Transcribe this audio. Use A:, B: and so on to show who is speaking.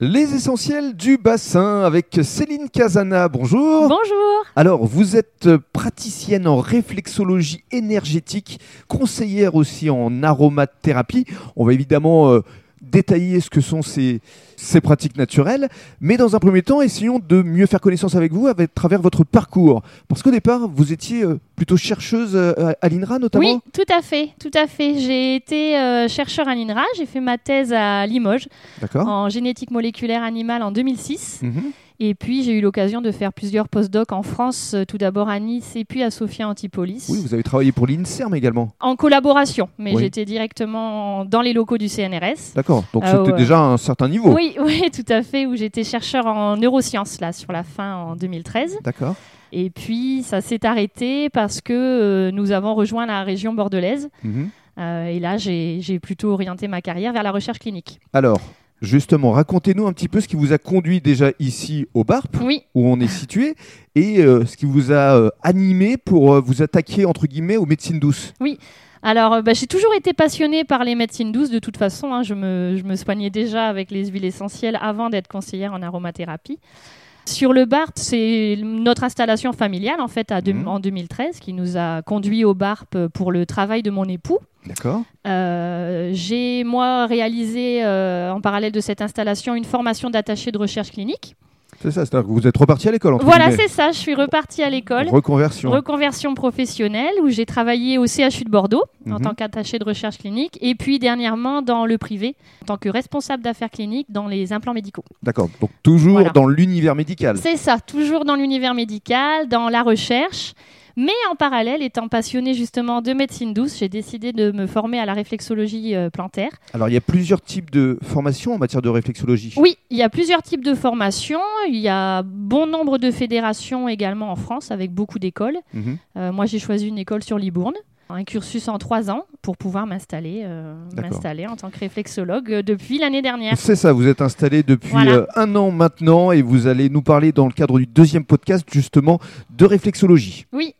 A: Les essentiels du bassin avec Céline Casana. Bonjour.
B: Bonjour.
A: Alors, vous êtes praticienne en réflexologie énergétique, conseillère aussi en aromathérapie. On va évidemment euh, détailler ce que sont ces, ces pratiques naturelles, mais dans un premier temps, essayons de mieux faire connaissance avec vous avec, à travers votre parcours. Parce qu'au départ, vous étiez euh, plutôt chercheuse euh, à- à l'INRA notamment.
B: Oui, tout à fait, tout à fait. J'ai été euh, chercheur à l'INRA, j'ai fait ma thèse à Limoges
A: D'accord.
B: en génétique moléculaire animale en 2006.
A: Mhm.
B: Et puis j'ai eu l'occasion de faire plusieurs postdocs en France, euh, tout d'abord à Nice et puis à Sofia Antipolis,
A: Oui, vous avez travaillé pour l'INSERM également.
B: en collaboration. Mais
A: Oui.
B: j'étais directement dans les locaux du CNRS.
A: D'accord. Donc
B: Ah
A: c'était
B: ouais.
A: déjà un certain niveau.
B: Oui, oui, tout à fait, où j'étais chercheur en neurosciences, là, sur la fin en 2013.
A: D'accord.
B: Et puis, ça s'est arrêté parce que euh, nous avons rejoint la région bordelaise.
A: Mhm.
B: Euh, et là, j'ai j'ai plutôt orienté ma carrière vers la recherche clinique.
A: Alors, justement, racontez-nous un petit peu ce qui vous a conduit déjà ici au BARP,
B: Oui,
A: où on est situé, et euh, ce qui vous a euh, animé pour euh, vous attaquer, entre guillemets, aux médecines douces.
B: alors euh, bah, j'ai toujours été passionnée par les médecines douces, de toute façon. hein. je, me, je me soignais déjà avec les huiles essentielles avant d'être conseillère en aromathérapie. Sur le BARP, c'est notre installation familiale en fait à deux-
A: Mhm.
B: en 2013 qui nous a conduit au BARP pour le travail de mon époux.
A: D'accord.
B: Euh, j'ai moi réalisé euh, en parallèle de cette installation une formation d'attaché de recherche clinique.
A: C'est ça, c'est-à-dire que vous êtes reparti à l'école, entre
B: Voilà,
A: guillemets.
B: c'est ça. Je suis repartie à l'école.
A: Reconversion.
B: Reconversion professionnelle où j'ai travaillé au CHU de Bordeaux en
A: Mhm.
B: tant qu'attachée de recherche clinique et puis dernièrement dans le privé en tant que responsable d'affaires cliniques dans les implants médicaux.
A: D'accord. Donc toujours
B: Voilà.
A: dans l'univers médical.
B: C'est ça, toujours dans l'univers médical, dans la recherche. Mais en parallèle, étant passionnée justement de médecine douce, j'ai décidé de me former à la réflexologie euh, plantaire.
A: Alors, il y a plusieurs types de formations en matière de réflexologie.
B: Oui, il y a plusieurs types de formations. Il y a bon nombre de fédérations également en France avec beaucoup d'écoles.
A: Mhm.
B: Euh, moi, j'ai choisi une école sur Libourne, un cursus en trois ans pour pouvoir m'installer euh,
A: D'accord.
B: m'installer en tant que réflexologue euh, depuis l'année dernière.
A: C'est ça, vous êtes installé depuis
B: Voilà.
A: euh, un an maintenant et vous allez nous parler dans le cadre du deuxième podcast justement de réflexologie.
B: Oui,